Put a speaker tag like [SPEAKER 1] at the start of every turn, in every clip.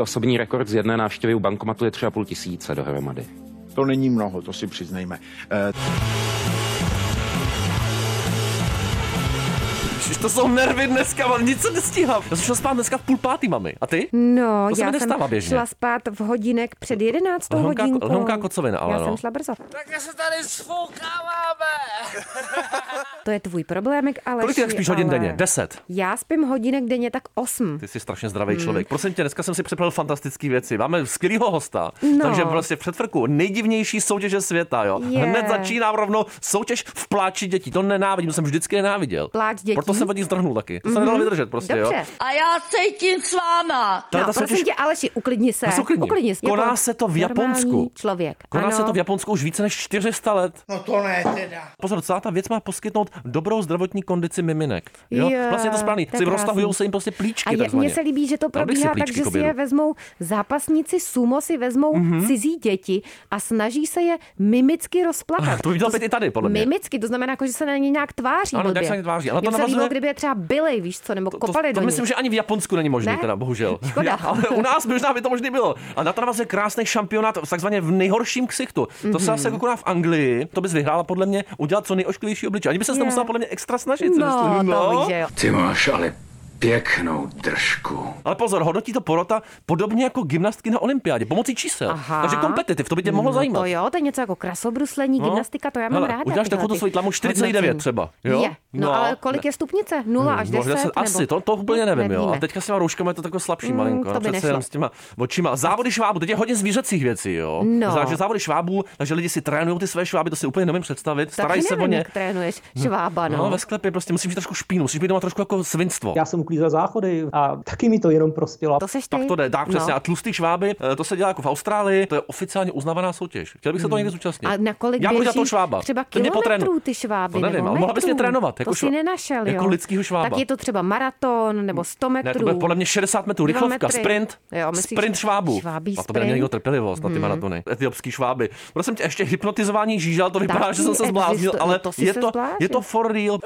[SPEAKER 1] Osobní rekord z jedné návštěvy u bankomatu je 3,5 tisíce dohromady.
[SPEAKER 2] To není mnoho, to si přiznejme. Eh,
[SPEAKER 3] Už to jsou nervy dneska, mám nic se nestíhám. Já jsem šel spát dneska v půl pátý, mami. A ty?
[SPEAKER 4] No,
[SPEAKER 3] To se mi
[SPEAKER 4] já jsem
[SPEAKER 3] nestává běžně.
[SPEAKER 4] šla spát v hodinek před 11
[SPEAKER 3] Lehonká-
[SPEAKER 4] hodinkou.
[SPEAKER 3] lehonká kocovina, ale
[SPEAKER 4] já
[SPEAKER 3] no.
[SPEAKER 4] jsem šla brzo.
[SPEAKER 5] Tak se tady sfoukáváme!
[SPEAKER 4] To je tvůj problémek, ale
[SPEAKER 3] Kolik ty tak spíš hodin
[SPEAKER 4] ale...
[SPEAKER 3] denně? Deset.
[SPEAKER 4] Já spím hodinek denně tak 8.
[SPEAKER 3] Ty jsi strašně zdravý
[SPEAKER 4] Hmm.
[SPEAKER 3] člověk. Prosím tě, dneska jsem si připravil fantastické věci. Máme skvělého hosta.
[SPEAKER 4] No.
[SPEAKER 3] Takže prostě v předvrku nejdivnější soutěže světa, jo.
[SPEAKER 4] Je.
[SPEAKER 3] Hned začínám rovno soutěž v pláči dětí. To nenávidím, to jsem vždycky nenáviděl.
[SPEAKER 4] Pláč dětí? Mhm.
[SPEAKER 3] Proto jsem od nich zdrhnul taky. To se nedalo vydržet prostě,
[SPEAKER 4] Dobře.
[SPEAKER 3] jo.
[SPEAKER 5] A já cítím s váma!
[SPEAKER 3] Tahle
[SPEAKER 4] no,
[SPEAKER 3] ta
[SPEAKER 4] prosím
[SPEAKER 3] soutěž-
[SPEAKER 4] tě, Aleši, uklidni se.
[SPEAKER 3] Já se uklidním.
[SPEAKER 4] uklidni se. Je
[SPEAKER 3] Koná
[SPEAKER 4] to
[SPEAKER 3] se to v
[SPEAKER 4] normální
[SPEAKER 3] Japonsku.
[SPEAKER 4] člověk.
[SPEAKER 3] Koná
[SPEAKER 4] ano.
[SPEAKER 3] se to v Japonsku už více než 400 let.
[SPEAKER 6] No to ne teda.
[SPEAKER 3] Pozor, celá ta věc má poskytnout dobrou zdravotní kondici miminek. Jo?
[SPEAKER 4] Jo,
[SPEAKER 3] vlastně je to správně.
[SPEAKER 4] to je
[SPEAKER 3] Si
[SPEAKER 4] krásný.
[SPEAKER 3] roztahují se jim prostě
[SPEAKER 4] A
[SPEAKER 3] plíčky.
[SPEAKER 4] je,
[SPEAKER 3] takzvaně.
[SPEAKER 4] mně se líbí, že to
[SPEAKER 3] Dal bych si
[SPEAKER 4] probíhá tak,
[SPEAKER 3] plíčky
[SPEAKER 4] že
[SPEAKER 3] k
[SPEAKER 4] si
[SPEAKER 3] obědu. Mhm.
[SPEAKER 4] je vezmou zápasníci sumo, si vezmou cizí děti a snaží se je mimicky rozplakat.
[SPEAKER 3] Ah, To by mělo být i tady, podle mě.
[SPEAKER 4] Mimicky, to znamená, jako, že se na ně nějak tváří.
[SPEAKER 3] Ano,
[SPEAKER 4] blbě.
[SPEAKER 3] nějak se na ně tváří, ale
[SPEAKER 4] Mně
[SPEAKER 3] to
[SPEAKER 4] by se
[SPEAKER 3] navazuje-
[SPEAKER 4] líbilo, kdyby je třeba byli, víš co, nebo
[SPEAKER 3] To-
[SPEAKER 4] kopali
[SPEAKER 3] to,
[SPEAKER 4] do
[SPEAKER 3] to
[SPEAKER 4] nich.
[SPEAKER 3] myslím, že ani v Japonsku není možné,
[SPEAKER 4] Ne?
[SPEAKER 3] teda bohužel.
[SPEAKER 4] Škoda.
[SPEAKER 3] ale u nás možná by to možný bylo. A na to navazuje krásný šampionát, v takzvaně v nejhorším ksichtu. To
[SPEAKER 4] Mhm.
[SPEAKER 3] se zase koná v Anglii, to bys vyhrála podle mě udělat co nejošklivější obličej. Ani by se
[SPEAKER 4] Je.
[SPEAKER 3] yeah. musela podle mě extra snažit. si
[SPEAKER 4] No,
[SPEAKER 3] myslím,
[SPEAKER 4] to víš, že jo.
[SPEAKER 7] Ty máš ale pěknou držku.
[SPEAKER 3] Ale pozor, hodnotí to porota podobně jako gymnastky na olympiádě, pomocí čísel.
[SPEAKER 4] Aha. No, Mhm,
[SPEAKER 3] Takže kompetitiv, to by tě mohlo zajímat.
[SPEAKER 4] To jo, to je něco jako krasobruslení,
[SPEAKER 3] No.
[SPEAKER 4] gymnastika, to já mám
[SPEAKER 3] Hele,
[SPEAKER 4] ráda.
[SPEAKER 3] uděláš
[SPEAKER 4] tyhle
[SPEAKER 3] takovou tu
[SPEAKER 4] ty
[SPEAKER 3] svoji tlamu 49
[SPEAKER 4] hodnocení.
[SPEAKER 3] třeba, jo?
[SPEAKER 4] Je. No,
[SPEAKER 3] No,
[SPEAKER 4] ale kolik
[SPEAKER 3] ne-
[SPEAKER 4] je stupnice? 0 až 10?
[SPEAKER 3] Možná se- No, asi, to, to úplně nevím, jo. A
[SPEAKER 4] Nevíme.
[SPEAKER 3] teďka s těma rouškama je to takové slabší
[SPEAKER 4] Mm,
[SPEAKER 3] malinko.
[SPEAKER 4] to
[SPEAKER 3] no,
[SPEAKER 4] by
[SPEAKER 3] přece
[SPEAKER 4] nešlo.
[SPEAKER 3] jenom s těma očima. Závody švábů, teď je hodně zvířecích věcí, jo.
[SPEAKER 4] No.
[SPEAKER 3] Takže závody švábů, takže lidi si trénují ty své šváby, to si úplně nemůžu představit. Starají
[SPEAKER 4] Taky
[SPEAKER 3] se o
[SPEAKER 4] nevím,
[SPEAKER 3] ně.
[SPEAKER 4] jak trénuješ švába,
[SPEAKER 3] No,
[SPEAKER 4] no.
[SPEAKER 3] ve sklepě prostě musíš mít trošku špínu, musíš být doma trošku jako svinstvo.
[SPEAKER 8] Já jsem uklízel záchody a taky mi to jenom prospělo.
[SPEAKER 4] To seš ty? No.
[SPEAKER 3] Tak to jde, dá přesně. A tlustý šváby, eh, to se dělá jako v Austrálii, to je oficiálně uznávaná soutěž. Chtěl bych se to někdy zúčastnit.
[SPEAKER 4] Hmm. A na kolik
[SPEAKER 3] Já budu dělat
[SPEAKER 4] běží
[SPEAKER 3] toho švába.
[SPEAKER 4] třeba
[SPEAKER 3] Ten mě potrénuje.
[SPEAKER 4] kilometrů ty šváby?
[SPEAKER 3] To nevím,
[SPEAKER 4] nebo
[SPEAKER 3] ale mohla bys mě
[SPEAKER 4] metrů?
[SPEAKER 3] trénovat. Jako
[SPEAKER 4] to si
[SPEAKER 3] šva-
[SPEAKER 4] nenašel,
[SPEAKER 3] jako
[SPEAKER 4] jo.
[SPEAKER 3] lidskýho švába.
[SPEAKER 4] Tak je to třeba maraton nebo 100 metrů.
[SPEAKER 3] Ne, to bude podle mě 60 metrů,
[SPEAKER 4] Dva
[SPEAKER 3] rychlovka,
[SPEAKER 4] metry.
[SPEAKER 3] sprint,
[SPEAKER 4] Jo, myslíš,
[SPEAKER 3] sprint švábů.
[SPEAKER 4] švábí
[SPEAKER 3] A to by neměl
[SPEAKER 4] sprint? Hmm.
[SPEAKER 3] někdo trpělivost na ty maratony. Etiopský šváby. Prosím tě, ještě hypnotizování žížel, to vypadá,
[SPEAKER 4] Taky
[SPEAKER 3] že jsem se zbláznil,
[SPEAKER 4] existuje- no
[SPEAKER 3] ale
[SPEAKER 4] to jsi
[SPEAKER 3] je,
[SPEAKER 4] se
[SPEAKER 3] to,
[SPEAKER 4] zbláznil.
[SPEAKER 3] je to for real.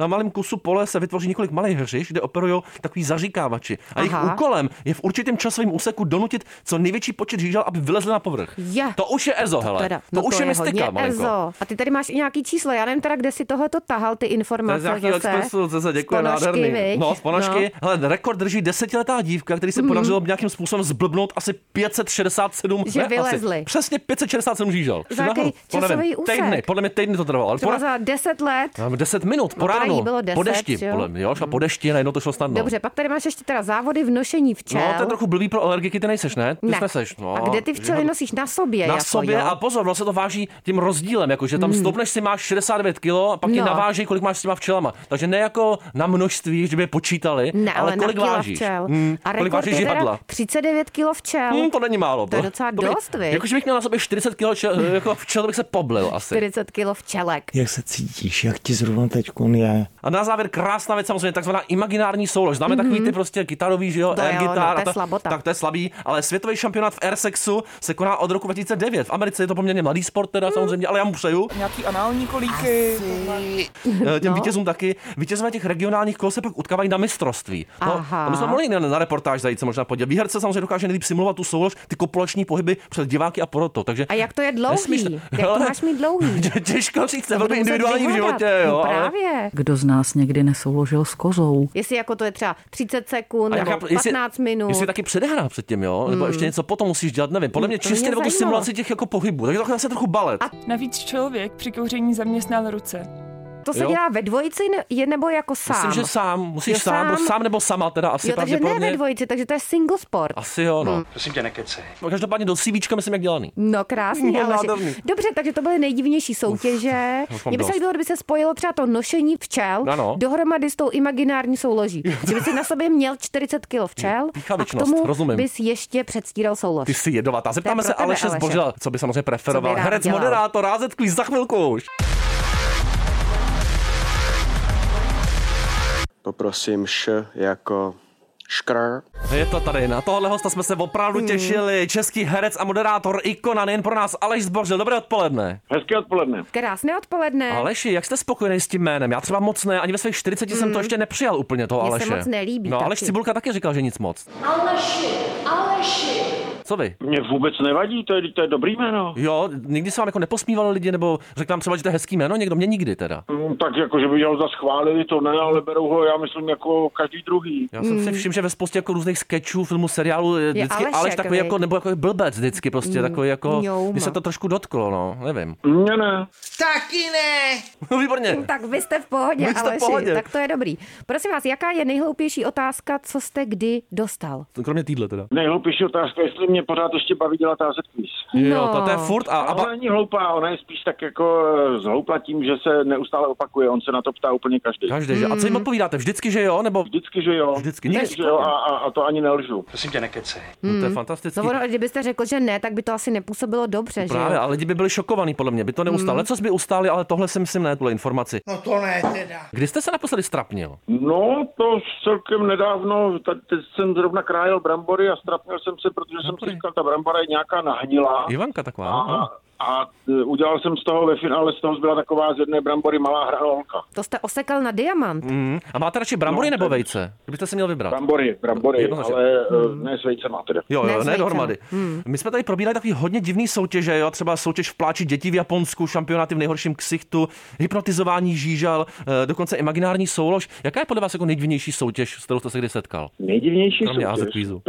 [SPEAKER 3] Na malém kusu pole se vytvoří několik malých hřiš, kde operují takový zaříkávači. A jejich
[SPEAKER 4] Aha.
[SPEAKER 3] úkolem je v určitém časovém úseku donutit co největší počet žížel, aby vylezli na povrch.
[SPEAKER 4] Je.
[SPEAKER 3] To už je EZO, hele.
[SPEAKER 4] Teda, no
[SPEAKER 3] to, No už je, mystika,
[SPEAKER 4] hodně
[SPEAKER 3] malinko.
[SPEAKER 4] EZO. A ty tady máš i nějaký číslo, já nevím teda, kde si tohleto tahal,
[SPEAKER 3] To
[SPEAKER 4] ty
[SPEAKER 3] je z
[SPEAKER 4] informace
[SPEAKER 3] nějakého
[SPEAKER 4] zase.
[SPEAKER 3] expresu, zase děkuji,
[SPEAKER 4] Z ponožky,
[SPEAKER 3] nádherný.
[SPEAKER 4] viď? Mhm.
[SPEAKER 3] No, z ponožky. No. Hele, rekord drží desetiletá dívka, který se podařilo nějakým způsobem zblbnout asi 567.
[SPEAKER 4] Že
[SPEAKER 3] asi,
[SPEAKER 4] vylezli.
[SPEAKER 3] přesně 567 žížel.
[SPEAKER 4] Za jaký
[SPEAKER 3] Nahoru, to nevím,
[SPEAKER 4] časový úsek?
[SPEAKER 3] Týdny, podle mě týdny to trvalo. Ale po,
[SPEAKER 4] Třeba za 10 let.
[SPEAKER 3] Mám 10 minut po
[SPEAKER 4] No, teda jí
[SPEAKER 3] ránu,
[SPEAKER 4] bylo
[SPEAKER 3] po
[SPEAKER 4] 10,
[SPEAKER 3] dešti,
[SPEAKER 4] že jo?
[SPEAKER 3] podle mě, jo, šla po dešti, najednou to šlo snadno.
[SPEAKER 4] Dobře, pak tady máš ještě teda závody v nošení včel.
[SPEAKER 3] No, to je trochu blbý pro alergiky, ty nejseš, ne? Ty
[SPEAKER 4] ne.
[SPEAKER 3] Neseš, no.
[SPEAKER 4] A kde ty včely
[SPEAKER 3] Žihadu.
[SPEAKER 4] nosíš? Na sobě.
[SPEAKER 3] Na
[SPEAKER 4] jako,
[SPEAKER 3] sobě
[SPEAKER 4] jo? Hmm.
[SPEAKER 3] a pozor, ono se to váží tím rozdílem, jako že tam stoupneš si máš 69 kg a pak ti
[SPEAKER 4] No.
[SPEAKER 3] naváží, kolik máš s těma včelama. Takže ne jako na množství, že by je počítali,
[SPEAKER 4] Ne,
[SPEAKER 3] ale, kolik
[SPEAKER 4] na kila
[SPEAKER 3] vážíš.
[SPEAKER 4] Včel.
[SPEAKER 3] Mm,
[SPEAKER 4] A
[SPEAKER 3] kolik
[SPEAKER 4] rekord
[SPEAKER 3] vážíš
[SPEAKER 4] je teda
[SPEAKER 3] žihadla.
[SPEAKER 4] 39 kilo včel.
[SPEAKER 3] Hmm, to není málo.
[SPEAKER 4] To je docela
[SPEAKER 3] by-
[SPEAKER 4] dost, viď?
[SPEAKER 3] Jakože bych měl na sobě 40 kg jako včel, bych se poblil asi.
[SPEAKER 4] 40 kilo včelek.
[SPEAKER 9] Jak se cítíš? Jak ti zrovna teď je?
[SPEAKER 3] A na závěr krásná věc, samozřejmě takzvaná imaginární soulož. Známe takový ty prostě kytarový, že jo,
[SPEAKER 4] Mhm. To jo,
[SPEAKER 3] air
[SPEAKER 4] no,
[SPEAKER 3] gitar.
[SPEAKER 4] to je
[SPEAKER 3] a ta-
[SPEAKER 4] slabota.
[SPEAKER 3] Tak to je slabý, ale světový šampionát v air sexu se koná od roku 2009. V Americe je to poměrně mladý sport
[SPEAKER 4] Mhm.
[SPEAKER 3] teda samozřejmě, ale já mu přeju.
[SPEAKER 6] Nějaký anální kolíky.
[SPEAKER 3] Eh,
[SPEAKER 4] No.
[SPEAKER 3] těm vítězům taky. Vítězové těch regionálních kol se pak utkávají na mistrovství. No,
[SPEAKER 4] Aha.
[SPEAKER 3] a my jsme mohli na, na reportáž zajít se možná podívat. Výherce samozřejmě dokáže nejlíp simulovat tu soulož, ty kopulační pohyby před diváky a porotou. Takže
[SPEAKER 4] A jak to je dlouhý?
[SPEAKER 3] Nesmíš-
[SPEAKER 4] Jak to
[SPEAKER 3] Hele,
[SPEAKER 4] máš mít dlouhý?
[SPEAKER 3] tě- těžko říct, to je
[SPEAKER 4] To
[SPEAKER 3] velmi
[SPEAKER 4] budu muset
[SPEAKER 3] individuální v
[SPEAKER 4] vyhledat.
[SPEAKER 3] životě. Jo,
[SPEAKER 4] no
[SPEAKER 3] ale-
[SPEAKER 4] právě.
[SPEAKER 10] Kdo z nás někdy nesouložil s kozou?
[SPEAKER 4] Jestli jako to je třeba 30 sekund
[SPEAKER 3] jak
[SPEAKER 4] nebo
[SPEAKER 3] já-
[SPEAKER 4] 15 minut. Hmm.
[SPEAKER 3] Jestli taky předehrá před tím, jo? Nebo ještě něco potom musíš dělat, nevím. Podle mě
[SPEAKER 4] to mě
[SPEAKER 3] čistě nebo tu
[SPEAKER 4] zajímalo.
[SPEAKER 3] simulaci těch jako pohybů. Takže to se trochu balet.
[SPEAKER 11] Navíc člověk při kouření zaměstnal ruce.
[SPEAKER 4] To se
[SPEAKER 3] jo.
[SPEAKER 4] dělá ve dvojici ne- je nebo jako sám?
[SPEAKER 3] Myslím, že sám. Musíš
[SPEAKER 4] Jo,
[SPEAKER 3] sám,
[SPEAKER 4] sám.
[SPEAKER 3] sám nebo sama teda asi
[SPEAKER 4] jo, takže ne
[SPEAKER 3] pravděpodobně.
[SPEAKER 4] ve Hmm. dvojici, takže to je single sport.
[SPEAKER 3] Asi jo, no.
[SPEAKER 7] Prosím tě, nekecej.
[SPEAKER 3] Každopádně do CVčka myslím, jak dělaný.
[SPEAKER 4] No krásný,
[SPEAKER 3] No,
[SPEAKER 4] no,
[SPEAKER 3] nádherný.
[SPEAKER 4] Dobře, takže to byly nejdivnější soutěže.
[SPEAKER 3] už mám
[SPEAKER 4] Mně by se
[SPEAKER 3] dost.
[SPEAKER 4] líbilo, kdyby se spojilo třeba to nošení včel
[SPEAKER 3] Ano.
[SPEAKER 4] dohromady s tou imaginární souloží. Kdyby si na sobě měl 40 kg včel a k
[SPEAKER 3] Píchavičnost,
[SPEAKER 4] tomu
[SPEAKER 3] rozumím.
[SPEAKER 4] bys ještě předstíral soulož.
[SPEAKER 3] Ty jsi jedovatá. Zeptáme
[SPEAKER 4] pro
[SPEAKER 3] se
[SPEAKER 4] tebe,
[SPEAKER 3] Aleše
[SPEAKER 4] Aleše.
[SPEAKER 3] Zbořila, co by samozřejmě preferoval.
[SPEAKER 4] Co by rád
[SPEAKER 3] Herec,
[SPEAKER 4] dělal.
[SPEAKER 3] moderátor, rázetklý, za chvilku už.
[SPEAKER 9] Poprosím š jako
[SPEAKER 2] škr.
[SPEAKER 3] Je to tady. Na tohle hosta jsme se opravdu
[SPEAKER 4] Hmm.
[SPEAKER 3] těšili. Český herec a moderátor, ikona nejen pro nás, Aleš Zbořil. Dobré odpoledne.
[SPEAKER 2] Hezké odpoledne.
[SPEAKER 4] Krásné odpoledne.
[SPEAKER 3] Aleši, jak jste spokojený s tím jménem? Já třeba moc ne, ani ve svých 40 jsem to ještě nepřijal úplně toho
[SPEAKER 4] Mm. Mně se
[SPEAKER 3] Aleše.
[SPEAKER 4] moc nelíbí
[SPEAKER 3] No,
[SPEAKER 4] taky.
[SPEAKER 3] Aleš Cibulka taky říkal, že nic moc.
[SPEAKER 5] Aleši, Aleši.
[SPEAKER 3] Co vy?
[SPEAKER 2] Mně vůbec nevadí, to je, to je dobrý jméno.
[SPEAKER 3] Jo, nikdy se vám jako neposmívalo lidi, nebo řekl vám třeba, že to je hezký jméno, někdo mě nikdy teda.
[SPEAKER 2] Mm, Tak jako, že by ho za schválili, to ne, ale berou ho, já myslím, jako každý druhý.
[SPEAKER 3] Já jsem
[SPEAKER 4] Mm.
[SPEAKER 3] si všiml, že ve spoustě jako různých sketchů, filmů, seriálů je vždycky
[SPEAKER 4] Alešek,
[SPEAKER 3] Aleš takový
[SPEAKER 4] viď?
[SPEAKER 3] jako, nebo jako blbec vždycky prostě,
[SPEAKER 4] Mm,
[SPEAKER 3] takový jako,
[SPEAKER 4] mňouma.
[SPEAKER 3] když se to trošku dotklo, no, nevím.
[SPEAKER 2] Mně ne.
[SPEAKER 6] Taky ne.
[SPEAKER 3] No, výborně.
[SPEAKER 4] Tak vy jste v pohodě,
[SPEAKER 3] Vy jste v
[SPEAKER 4] Aleši,
[SPEAKER 3] pohodě.
[SPEAKER 4] tak to je dobrý. Prosím vás, jaká je nejhloupější otázka, co jste kdy dostal?
[SPEAKER 3] Kromě týdle teda.
[SPEAKER 2] Nejhloupější otázka, jestli mě pořád ještě baví dělat AZ quiz.
[SPEAKER 3] Jo, to, to je
[SPEAKER 4] No.
[SPEAKER 3] furt a, a
[SPEAKER 2] Ona
[SPEAKER 3] ba-
[SPEAKER 2] není hloupá, ona je spíš tak jako eh, zhoupla tím, že se neustále opakuje. On se na to ptá úplně každý.
[SPEAKER 3] každý, že? A
[SPEAKER 4] Hmm.
[SPEAKER 3] co jim odpovídáte? Vždycky, že jo? Nebo
[SPEAKER 2] Vždycky, že jo.
[SPEAKER 3] Vždycky.
[SPEAKER 2] Vždycky, že jo a, a, a to ani nelžu.
[SPEAKER 7] Prosím tě, nekecej.
[SPEAKER 3] no, to je fantastický.
[SPEAKER 4] No, ono, kdybyste řekl, že ne, tak by to asi nepůsobilo dobře, že
[SPEAKER 3] Právě,
[SPEAKER 4] jo?
[SPEAKER 3] ale lidi by byli šokovaní, podle mě, by to
[SPEAKER 4] Hmm.
[SPEAKER 3] neustále. Co by ustáli, ale tohle si myslím ne, tuhle informaci.
[SPEAKER 6] No to ne teda.
[SPEAKER 3] Kdy jste se naposledy strapnil?
[SPEAKER 2] No, to celkem nedávno, tady teď jsem zrovna krájel brambory a strapnil jsem se, protože jsem si říkal, ta brambora je nějaká nahnilá.
[SPEAKER 3] Ivanka taková.
[SPEAKER 2] A,
[SPEAKER 3] no.
[SPEAKER 2] a eh, udělal jsem z toho ve finále, z toho zbyla taková z jedné brambory malá hranolka.
[SPEAKER 4] To jste osekal na diamant.
[SPEAKER 3] Mm. A máte radši brambory
[SPEAKER 2] No,
[SPEAKER 3] nebo
[SPEAKER 2] to-
[SPEAKER 3] vejce? Kdybyste se měl vybrat.
[SPEAKER 2] Brambory, brambory,
[SPEAKER 3] Jednoznačně.
[SPEAKER 2] ale hmm. ne s vejcema teda.
[SPEAKER 3] Jo,
[SPEAKER 4] Ne,
[SPEAKER 3] jo,
[SPEAKER 4] s
[SPEAKER 3] ne
[SPEAKER 4] vejcem. Hmm.
[SPEAKER 3] dohromady. My jsme tady probírali takový hodně divný soutěže, jo, třeba soutěž v pláči dětí v Japonsku, šampionáty v nejhorším ksichtu, hypnotizování žížal, eh, dokonce imaginární soulož. Jaká je podle vás jako nejdivnější soutěž, s kterou jste se kdy setkal?
[SPEAKER 2] Nejdivnější
[SPEAKER 3] Kromě AZ
[SPEAKER 2] soutěž.
[SPEAKER 3] kvízu.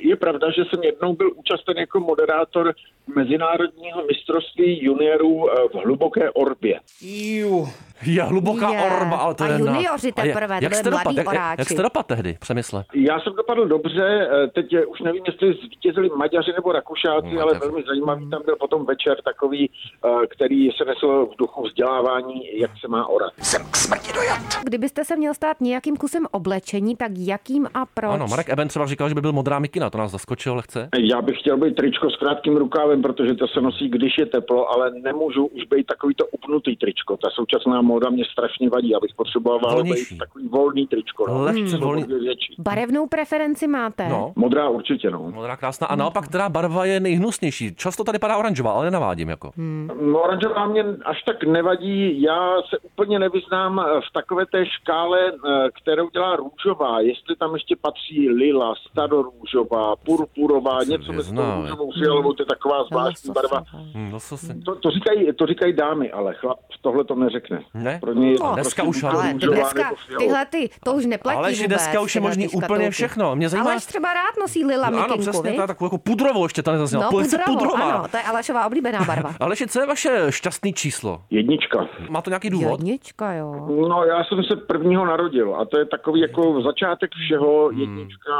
[SPEAKER 2] Je pravda, že jsem jednou byl účasten jako moderátor Mezinárodního mistrovství juniorů eh, v hluboké orbě.
[SPEAKER 6] Jú.
[SPEAKER 3] Je hluboká
[SPEAKER 4] Je.
[SPEAKER 3] orba, ale to
[SPEAKER 4] A
[SPEAKER 3] je na-
[SPEAKER 4] junioři
[SPEAKER 3] A je-
[SPEAKER 4] teprve, to
[SPEAKER 3] jak
[SPEAKER 4] byli
[SPEAKER 3] jste dopad,
[SPEAKER 4] mladí
[SPEAKER 3] jak, jak,
[SPEAKER 4] oráči.
[SPEAKER 3] jak jste dopad tehdy, přemysle?
[SPEAKER 2] Já jsem dopadl dobře, eh, teď je- už nevím, jestli zvítězili Maďaři nebo Rakušáci,
[SPEAKER 3] Maďaři.
[SPEAKER 2] ale velmi zajímavý tam byl potom večer takový, eh, který se nesl v duchu vzdělávání, jak se má orat.
[SPEAKER 7] Jsem k smrti dojat.
[SPEAKER 4] Kdybyste se měl stát nějakým kusem oblečení, tak jakým a proč?
[SPEAKER 3] Ano, Marek Eben třeba říkal, že by byl modrá mikina, to nás zaskočilo lehce.
[SPEAKER 2] Já bych chtěl být tričko s krátkým rukávem, protože to se nosí, když je teplo, ale nemůžu už být takovýto upnutý tričko. Ta současná móda mě strašně vadí, já bych potřeboval
[SPEAKER 3] Volnější.
[SPEAKER 2] být takový volný tričko. No.
[SPEAKER 4] Hmm.
[SPEAKER 3] Lehce volný.
[SPEAKER 2] Větší.
[SPEAKER 4] Barevnou preferenci máte?
[SPEAKER 3] No,
[SPEAKER 2] Modrá určitě, no.
[SPEAKER 3] modrá krásná. A naopak, která barva je nejhnusnější? Často tady padá oranžová, ale nenavádím jako.
[SPEAKER 4] Hmm.
[SPEAKER 2] No, oranžová mě až tak nevadí. Já se úplně nevyznám eh, v takové té škále, eh, kterou dělá růžová. Jestli tam ještě patří lila, starorůžová, purpurová,
[SPEAKER 3] se
[SPEAKER 2] něco mezi tou
[SPEAKER 3] vyzná,
[SPEAKER 2] růžovou fialovou, to je taková
[SPEAKER 4] No,
[SPEAKER 2] zvláštní barva.
[SPEAKER 3] Hm, no, co si?
[SPEAKER 2] To, to, říkají, to říkají dámy, ale chlap tohle to neřekne.
[SPEAKER 3] Ne?
[SPEAKER 2] Pro ně je
[SPEAKER 4] No,
[SPEAKER 2] to
[SPEAKER 3] dneska
[SPEAKER 2] prostě buď
[SPEAKER 3] už
[SPEAKER 2] to
[SPEAKER 4] Ale
[SPEAKER 2] růžová
[SPEAKER 4] dneska,
[SPEAKER 2] nebo fialová.
[SPEAKER 4] tyhle ty, to už neplatí
[SPEAKER 3] Ale
[SPEAKER 4] vůbec,
[SPEAKER 3] dneska už je
[SPEAKER 4] tyhle
[SPEAKER 3] možný
[SPEAKER 4] ty
[SPEAKER 3] úplně
[SPEAKER 4] škatulky.
[SPEAKER 3] všechno. Mě zajímá...
[SPEAKER 4] Aleš třeba rád nosí lila
[SPEAKER 3] no, ano,
[SPEAKER 4] mikinku,
[SPEAKER 3] přesně,
[SPEAKER 4] viď?
[SPEAKER 3] ta takovou jako pudrovou ještě tady zazněla.
[SPEAKER 4] No,
[SPEAKER 3] Pojďte
[SPEAKER 4] pudravou,
[SPEAKER 3] pudrová.
[SPEAKER 4] ano, to je Alešová oblíbená barva.
[SPEAKER 3] Aleši, co je vaše šťastný číslo?
[SPEAKER 2] Jednička.
[SPEAKER 3] Má to nějaký důvod?
[SPEAKER 4] Jednička, jo.
[SPEAKER 2] No, já jsem se prvního narodil a to je takový jako začátek všeho.
[SPEAKER 3] Hmm.
[SPEAKER 2] Jednička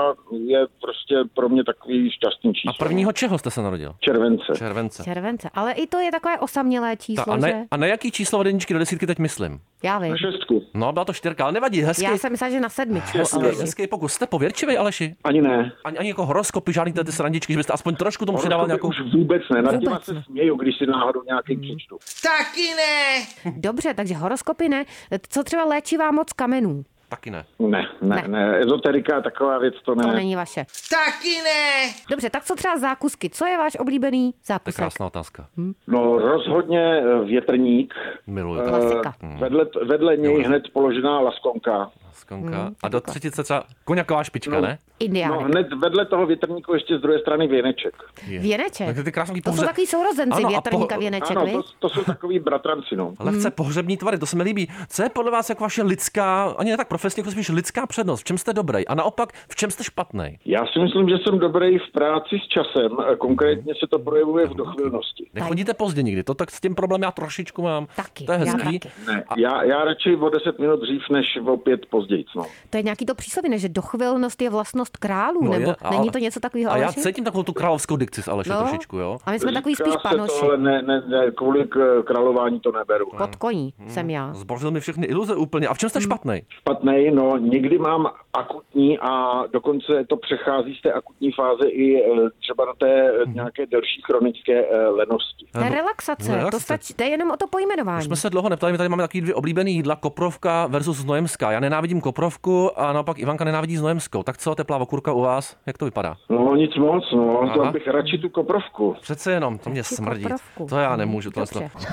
[SPEAKER 2] je prostě pro mě takový šťastný číslo.
[SPEAKER 3] A prvního čeho jste se narodil?
[SPEAKER 2] července.
[SPEAKER 3] Července.
[SPEAKER 4] Července. Ale i to je takové osamělé
[SPEAKER 3] Ta,
[SPEAKER 4] číslo,
[SPEAKER 3] a,
[SPEAKER 4] že?
[SPEAKER 3] ne, a na jaký číslo od jedničky do desítky teď myslím?
[SPEAKER 4] Já vím.
[SPEAKER 2] Na šestku.
[SPEAKER 3] No, byla to čtyřka, ale nevadí, hezký,
[SPEAKER 4] Já jsem myslela, že na sedmičku.
[SPEAKER 3] hezký,
[SPEAKER 4] Aleši.
[SPEAKER 3] hezký pokus. Jste pověrčivý, Aleši?
[SPEAKER 2] Ani ne.
[SPEAKER 3] Ani, ani jako horoskopy, žádný ty, ty srandičky, že byste aspoň trošku tomu přidával
[SPEAKER 2] Horoskopy
[SPEAKER 3] nějakou...
[SPEAKER 2] Už vůbec ne. Nad těma
[SPEAKER 4] Vůbec
[SPEAKER 2] se
[SPEAKER 4] ne. Hmm.
[SPEAKER 2] směju, když si náhodou nějaký přečtu.
[SPEAKER 6] Taky ne.
[SPEAKER 4] Dobře, takže horoskopy ne. Co třeba léčivá moc kamenů?
[SPEAKER 3] Taky ne.
[SPEAKER 2] Ne, ne,
[SPEAKER 4] Ne.
[SPEAKER 2] ne, ne. Ezoterika, taková věc, to ne.
[SPEAKER 4] To není vaše.
[SPEAKER 6] Taky ne.
[SPEAKER 4] Dobře, tak co třeba zákusky? Co je váš oblíbený
[SPEAKER 3] To je
[SPEAKER 4] zákusek?
[SPEAKER 3] krásná otázka.
[SPEAKER 4] Hm?
[SPEAKER 2] No rozhodně eh, větrník.
[SPEAKER 3] Miluju
[SPEAKER 2] Eh,
[SPEAKER 3] to.
[SPEAKER 4] Klasika.
[SPEAKER 3] Hmm.
[SPEAKER 2] Vedle, vedle něj hned položená laskonka.
[SPEAKER 3] Skonka.
[SPEAKER 4] Hm,
[SPEAKER 3] A do třetice třeba koňaková špička, ne?
[SPEAKER 2] No
[SPEAKER 4] Indiánek.
[SPEAKER 2] hned vedle toho větrníku ještě z druhé strany věneček.
[SPEAKER 4] Věneček.
[SPEAKER 3] Takže No, ty krásný
[SPEAKER 4] To jsou
[SPEAKER 3] pohře-
[SPEAKER 4] takový sourozenci,
[SPEAKER 3] Ano, a
[SPEAKER 4] větrník
[SPEAKER 3] po-
[SPEAKER 4] a věneček,
[SPEAKER 2] ano,
[SPEAKER 4] viď?
[SPEAKER 2] to, to jsou takový bratranci, no.
[SPEAKER 4] Hm.
[SPEAKER 3] Lehce pohřební tvary, to se mi líbí. Co je podle vás jako vaše lidská, ani ne tak profesní, jako spíš lidská přednost? V čem jste dobrý? A naopak, v čem jste špatný?
[SPEAKER 2] Já si myslím, že jsem dobrý v práci s časem, eh, konkrétně se to projevuje v dochvilnosti.
[SPEAKER 3] Nechodíte pozdě nikdy, to tak s tím problém já trošičku mám.
[SPEAKER 4] Taky,
[SPEAKER 3] to je
[SPEAKER 4] já
[SPEAKER 3] hezký.
[SPEAKER 4] taky.
[SPEAKER 2] Ne, já, já radši o 10 minut dřív, než o 5 později. No.
[SPEAKER 4] To je nějaký to přísloví, ne? že dochvilnost je vlastnost králů,
[SPEAKER 3] No
[SPEAKER 4] nebo
[SPEAKER 3] je, a-
[SPEAKER 4] není to něco takového,
[SPEAKER 3] A já
[SPEAKER 4] Aleši?
[SPEAKER 3] cítím takovou tu královskou dikci s Alešem
[SPEAKER 4] No.
[SPEAKER 3] trošičku, jo?
[SPEAKER 4] A my jsme takový
[SPEAKER 2] Říká
[SPEAKER 4] spíš
[SPEAKER 2] se
[SPEAKER 4] panoši.
[SPEAKER 2] To, ale ne, ne, ne, kvůli k- králování to neberu.
[SPEAKER 4] Pod koní
[SPEAKER 3] Hmm.
[SPEAKER 4] jsem já.
[SPEAKER 3] Zbořil mi všechny iluze úplně. A v čem
[SPEAKER 4] Hm.
[SPEAKER 3] jste špatný?
[SPEAKER 2] Špatnej, no někdy mám akutní a dokonce to přechází z té akutní fáze i eh, třeba do té eh,
[SPEAKER 4] Mhm.
[SPEAKER 2] nějaké delší chronické eh, lenosti.
[SPEAKER 4] To je relaxace, to,
[SPEAKER 3] relaxace.
[SPEAKER 4] stačí, to je jenom o to
[SPEAKER 3] Už
[SPEAKER 4] pojmenování.
[SPEAKER 3] jsme se dlouho neptali, my tady máme taky dvě oblíbené jídla, koprovka versus znojemská. Já nenávidím nenávidím koprovku a naopak Ivanka nenávidí znojemskou. Tak co, teplá okurka u vás? Jak to vypadá?
[SPEAKER 2] No nic moc, no,
[SPEAKER 3] Aha.
[SPEAKER 2] Aha. bych radši tu koprovku.
[SPEAKER 3] Přece jenom, to mě
[SPEAKER 4] Radši
[SPEAKER 3] smrdí.
[SPEAKER 4] koprovku.
[SPEAKER 3] To já nemůžu, tohle to,
[SPEAKER 4] Dobře.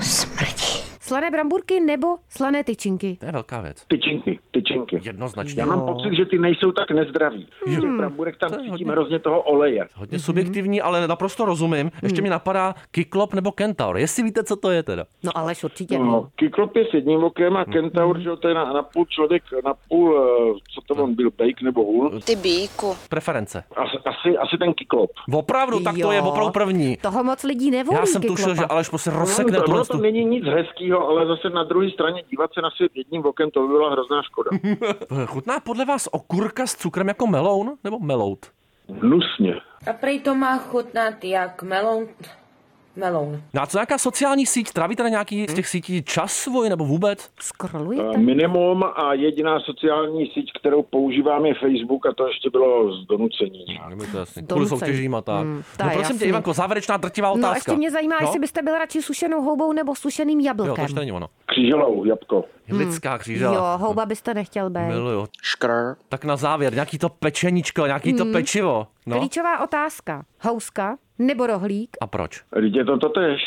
[SPEAKER 4] Slané bramburky nebo slané tyčinky?
[SPEAKER 3] to je velká věc.
[SPEAKER 2] Tyčinky, tyčinky.
[SPEAKER 3] Jednoznačně.
[SPEAKER 2] Já mám pocit, že ty nejsou tak nezdraví. Z těch bramburek tam
[SPEAKER 3] To je
[SPEAKER 2] cítím
[SPEAKER 3] hodně.
[SPEAKER 2] hrozně toho oleje.
[SPEAKER 3] Hodně subjektivní, ale naprosto rozumím.
[SPEAKER 2] Hmm.
[SPEAKER 3] Ještě mi napadá kyklop nebo kentaur. Jestli víte, co to je teda.
[SPEAKER 4] No Aleš určitě
[SPEAKER 2] No,
[SPEAKER 4] no.
[SPEAKER 2] Kyklop je s jedním okem
[SPEAKER 3] Hmm.
[SPEAKER 2] a kentaur, že jo, to je na, na půl člověk, na půl, eh, co to on byl, bejk nebo hůl.
[SPEAKER 5] Ty bíku.
[SPEAKER 3] Preference.
[SPEAKER 2] Asi, asi, asi ten kyklop.
[SPEAKER 3] Opravdu, tak to je
[SPEAKER 4] Jo.
[SPEAKER 3] opravdu první.
[SPEAKER 4] Toho moc lidí nevolí.
[SPEAKER 3] Já jsem
[SPEAKER 4] ke
[SPEAKER 3] tušil, že
[SPEAKER 4] klopa.
[SPEAKER 3] Aleš prostě
[SPEAKER 2] Ono
[SPEAKER 3] rozsekne
[SPEAKER 2] to,
[SPEAKER 3] tuhle
[SPEAKER 2] No, ono to
[SPEAKER 3] tu.
[SPEAKER 2] není nic hezkého, ale zase na druhé straně dívat se na svět jedním okem, to by byla hrozná škoda.
[SPEAKER 3] Chutná podle vás okurka s cukrem jako meloun nebo melout?
[SPEAKER 2] Hnusně.
[SPEAKER 12] A prej to má chutnat jak melon, melon.
[SPEAKER 3] No a co nějaká sociální síť? Trávíte na nějaký z těch sítí čas svůj nebo vůbec?
[SPEAKER 4] Scrollujete?
[SPEAKER 2] Um,
[SPEAKER 4] No,
[SPEAKER 2] Minimum a jediná sociální síť, kterou používám, je Facebook a to ještě bylo z donucení.
[SPEAKER 3] Nebo to jasný.
[SPEAKER 4] Donucení.
[SPEAKER 3] Kvůli soutěžím a tak.
[SPEAKER 4] Hmm,
[SPEAKER 3] Mm,
[SPEAKER 4] to
[SPEAKER 3] no
[SPEAKER 4] je
[SPEAKER 3] prosím tě,
[SPEAKER 4] jasný.
[SPEAKER 3] Ivanko, závěrečná drtivá otázka.
[SPEAKER 4] No ještě mě zajímá, jestli byste byl radši sušenou houbou nebo sušeným
[SPEAKER 3] Jo, to
[SPEAKER 4] jablkem.
[SPEAKER 3] ještě není ono.
[SPEAKER 2] Kříželou, jabko.
[SPEAKER 3] Lidská křížela.
[SPEAKER 4] Hmm. jo, houba byste nechtěl být.
[SPEAKER 3] Miluju. Škr. Tak na závěr, nějaký to pečeníčko, nějaký
[SPEAKER 4] Hmm.
[SPEAKER 3] to pečivo. No.
[SPEAKER 4] Klíčová otázka. Houska nebo rohlík?
[SPEAKER 3] A proč?
[SPEAKER 2] Vždyť je to totež.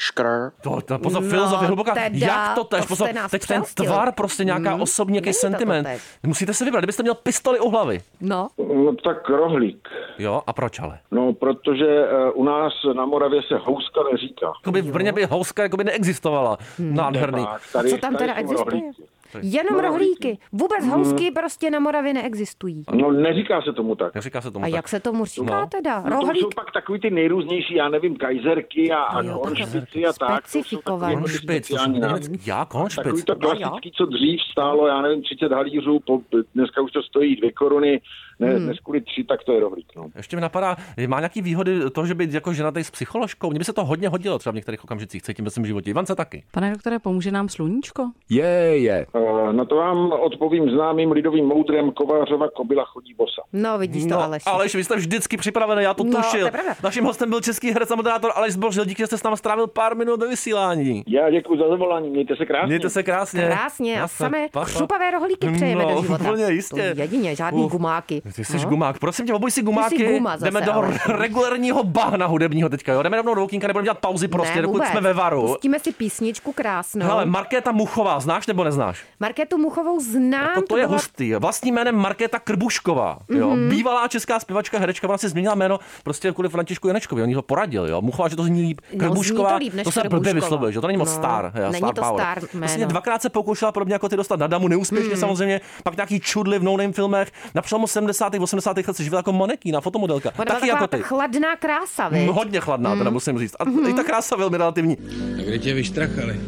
[SPEAKER 7] Škr.
[SPEAKER 3] To, to pozor,
[SPEAKER 4] No,
[SPEAKER 3] filozofie hluboká.
[SPEAKER 4] teda,
[SPEAKER 3] Jak to tež?
[SPEAKER 4] to
[SPEAKER 3] Pozor,
[SPEAKER 4] jste nás
[SPEAKER 3] teď ten
[SPEAKER 4] přelstil.
[SPEAKER 3] tvar, prostě nějaká
[SPEAKER 4] Mm,
[SPEAKER 3] osobní, nějaký
[SPEAKER 4] není to
[SPEAKER 3] sentiment.
[SPEAKER 4] totéž.
[SPEAKER 3] Musíte si vybrat, kdybyste měl pistoli u hlavy.
[SPEAKER 4] No,
[SPEAKER 2] No tak rohlík.
[SPEAKER 3] Jo, a proč ale?
[SPEAKER 2] No, protože eh, u nás na Moravě se houska neříká.
[SPEAKER 3] Jakoby v Brně by houska jakoby neexistovala.
[SPEAKER 4] Hmm.
[SPEAKER 3] Nádherný.
[SPEAKER 2] Tak, tady,
[SPEAKER 4] co tam
[SPEAKER 2] tady
[SPEAKER 4] teda
[SPEAKER 2] jsou
[SPEAKER 4] existuje?
[SPEAKER 2] rohlíky.
[SPEAKER 4] Jenom
[SPEAKER 2] No,
[SPEAKER 4] rohlíky. Vůbec
[SPEAKER 3] Mhm.
[SPEAKER 4] housky prostě na Moravě neexistují.
[SPEAKER 2] No, neříká se tomu tak.
[SPEAKER 3] Jak říká se tomu
[SPEAKER 4] A
[SPEAKER 3] tak?
[SPEAKER 4] jak se tomu říká
[SPEAKER 3] No.
[SPEAKER 4] teda?
[SPEAKER 2] No, to už jsou
[SPEAKER 4] Rohlík?
[SPEAKER 2] pak takový ty nejrůznější, já nevím, kajzerky a, a
[SPEAKER 4] Jo,
[SPEAKER 2] hornšpici a tak. To jsou
[SPEAKER 4] specifikovaný.
[SPEAKER 2] takový jako ty
[SPEAKER 3] Konšpic, to
[SPEAKER 2] speciální
[SPEAKER 3] jsem
[SPEAKER 2] názvy.
[SPEAKER 3] vždycky- já
[SPEAKER 2] Takový
[SPEAKER 3] konšpic.
[SPEAKER 2] to klasický, co dřív stálo, já nevím, 30 halířů, po, dneska už to stojí dvě koruny, ne,
[SPEAKER 4] Hmm.
[SPEAKER 2] dnes kvůli tři, tak to je rohlík. No.
[SPEAKER 3] Ještě mi napadá, má nějaký výhody to, že být jako ženatý s psycholožkou? Mně by se to hodně hodilo třeba v některých okamžicích, cítím ve svém životě. Ivance taky.
[SPEAKER 10] Pane doktore, pomůže nám sluníčko?
[SPEAKER 9] Je, je.
[SPEAKER 2] Eh, Na to vám odpovím známým lidovým moudrem Kovářova kobila chodí bosa.
[SPEAKER 4] No, vidíš to, Aleš.
[SPEAKER 3] Aleš, vy jste vždycky připravený, já to
[SPEAKER 4] No, to
[SPEAKER 3] tušil.
[SPEAKER 4] je pravda.
[SPEAKER 3] Naším hostem byl český herec a moderátor Aleš Zbořil, díky, že jste s námi strávil pár minut do vysílání.
[SPEAKER 2] Já děkuji za zavolání, mějte se krásně.
[SPEAKER 3] Mějte se krásně.
[SPEAKER 4] Krásně, a
[SPEAKER 3] Zase,
[SPEAKER 4] samé
[SPEAKER 3] pa, pa.
[SPEAKER 4] chřupavé rohlíky přejeme
[SPEAKER 3] no,
[SPEAKER 4] do života.
[SPEAKER 3] Úplně jistě.
[SPEAKER 4] To jedině, žádný
[SPEAKER 3] Uf.
[SPEAKER 4] gumáky.
[SPEAKER 3] Ty jsi no. gumák, prosím tě, obuj si gumáky,
[SPEAKER 4] guma zase,
[SPEAKER 3] jdeme do
[SPEAKER 4] ale-
[SPEAKER 3] regulárního bahna hudebního teďka, jo? jdeme rovnou do okýnka, nebudeme dělat pauzy prostě,
[SPEAKER 4] ne,
[SPEAKER 3] dokud
[SPEAKER 4] vůbec. no.
[SPEAKER 3] jsme ve varu.
[SPEAKER 4] Pustíme si písničku krásnou.
[SPEAKER 3] Hele, Markéta Muchová, znáš nebo neznáš?
[SPEAKER 4] Markétu Muchovou znám.
[SPEAKER 3] Jako to je
[SPEAKER 4] byla-
[SPEAKER 3] hustý. Vlastním jménem Markéta Krbušková. Jo?
[SPEAKER 4] Mhm.
[SPEAKER 3] Mm-hmm. Bývalá česká zpěvačka, herečka, ona si změnila jméno prostě kvůli Františku Janečkovi. On jí to poradil, jo. Muchová, že to zní líp.
[SPEAKER 4] No,
[SPEAKER 3] Krbušková,
[SPEAKER 4] zní to líp než
[SPEAKER 3] se blbě
[SPEAKER 4] Krbušková.
[SPEAKER 3] vyslovuje, že jo, to není moc
[SPEAKER 4] No,
[SPEAKER 3] star. Jo,
[SPEAKER 4] není
[SPEAKER 3] star
[SPEAKER 4] to
[SPEAKER 3] power.
[SPEAKER 4] star jméno.
[SPEAKER 3] Vlastně dvakrát se pokoušela podobně jako ty dostat na damu, neúspěšně mm. samozřejmě, pak nějaký čudly v no name filmech. Na přelomu 70. 80. let se živila jako manekýna, fotomodelka.
[SPEAKER 4] Ona
[SPEAKER 3] Taky
[SPEAKER 4] byla
[SPEAKER 3] jako
[SPEAKER 4] taková
[SPEAKER 3] ty.
[SPEAKER 4] ta chladná krása, viď?
[SPEAKER 3] Mm, Hodně chladná, teda musím říct. A
[SPEAKER 4] Mm-hmm.
[SPEAKER 3] i ta krása velmi relativní.
[SPEAKER 7] A kde tě vyštrachali?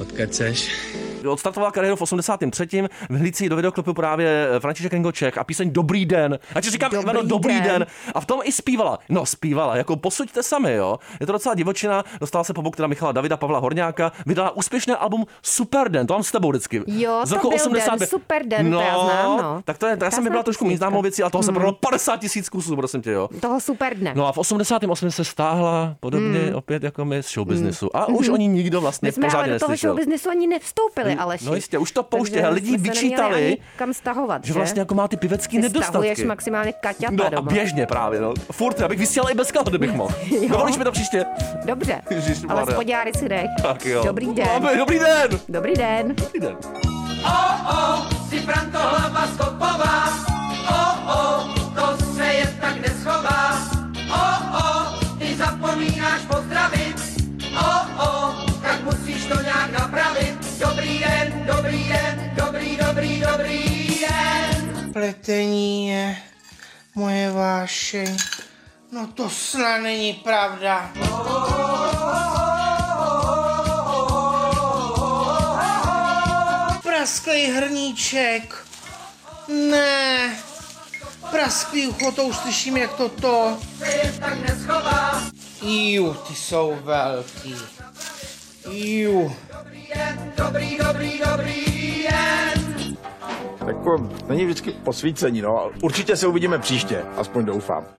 [SPEAKER 7] Odkud seš?
[SPEAKER 3] Odstartovala kariéru v 83. vyhlící do videoklipu právě eh, František Ringo Čech a píseň Dobrý den. A ti říkám,
[SPEAKER 4] Dobrý
[SPEAKER 3] dobrý, Ivano, dobrý den.
[SPEAKER 4] den.
[SPEAKER 3] den. A v tom i zpívala. No, zpívala, jako posuďte sami, jo. Je to docela divočina, dostala se po bok teda Michala Davida Pavla Horňáka, vydala úspěšné album Super den, to mám s tebou vždycky.
[SPEAKER 4] Jo,
[SPEAKER 3] Z
[SPEAKER 4] to
[SPEAKER 3] roku
[SPEAKER 4] byl
[SPEAKER 3] 85.
[SPEAKER 4] den, Super den, to já znám, no.
[SPEAKER 3] Tak to je, já jsem
[SPEAKER 4] Krásná
[SPEAKER 3] vybrala trošku méně
[SPEAKER 4] písnička.
[SPEAKER 3] známou věcí, ale toho
[SPEAKER 4] Mm-hmm.
[SPEAKER 3] se prodalo 50 tisíc kusů, prosím tě, jo.
[SPEAKER 4] Toho super dne.
[SPEAKER 3] No a v 88 se stáhla podobně opět jako my z showbiznisu. A už o ní nikdo vlastně
[SPEAKER 4] Hmm. My jsme ale
[SPEAKER 3] pořádně
[SPEAKER 4] do toho
[SPEAKER 3] neslyšel.
[SPEAKER 4] showbiznesu ani nevstoupili, Aleši.
[SPEAKER 3] No jistě, už to pouště,
[SPEAKER 4] Takže
[SPEAKER 3] lidi
[SPEAKER 4] jsme se neměli
[SPEAKER 3] vyčítali,
[SPEAKER 4] ani kam stahovat,
[SPEAKER 3] že vlastně jako má ty pivecký
[SPEAKER 4] Ty stahuješ
[SPEAKER 3] nedostatky.
[SPEAKER 4] maximálně Kaťata
[SPEAKER 3] No a
[SPEAKER 4] doma.
[SPEAKER 3] běžně právě, no. Furt, já bych vysílal i bez kalhot, kdybych mohl. Dovolíš mi to příště?
[SPEAKER 4] Dobře,
[SPEAKER 3] Ježišmarja.
[SPEAKER 4] ale spodňáry si dej.
[SPEAKER 3] Tak jo.
[SPEAKER 4] Dobrý den.
[SPEAKER 3] Máme, Dobrý den.
[SPEAKER 4] Dobrý den.
[SPEAKER 3] Dobrý den.
[SPEAKER 6] Pletení je moje vášeň. No to snad není pravda. Prasklý hrníček. Ne. Prasklý ucho, to už slyším, jak to to. Ju, ty jsou velký. Ju.
[SPEAKER 7] Jako, není vždycky posvícení, no. Určitě se uvidíme příště, aspoň doufám.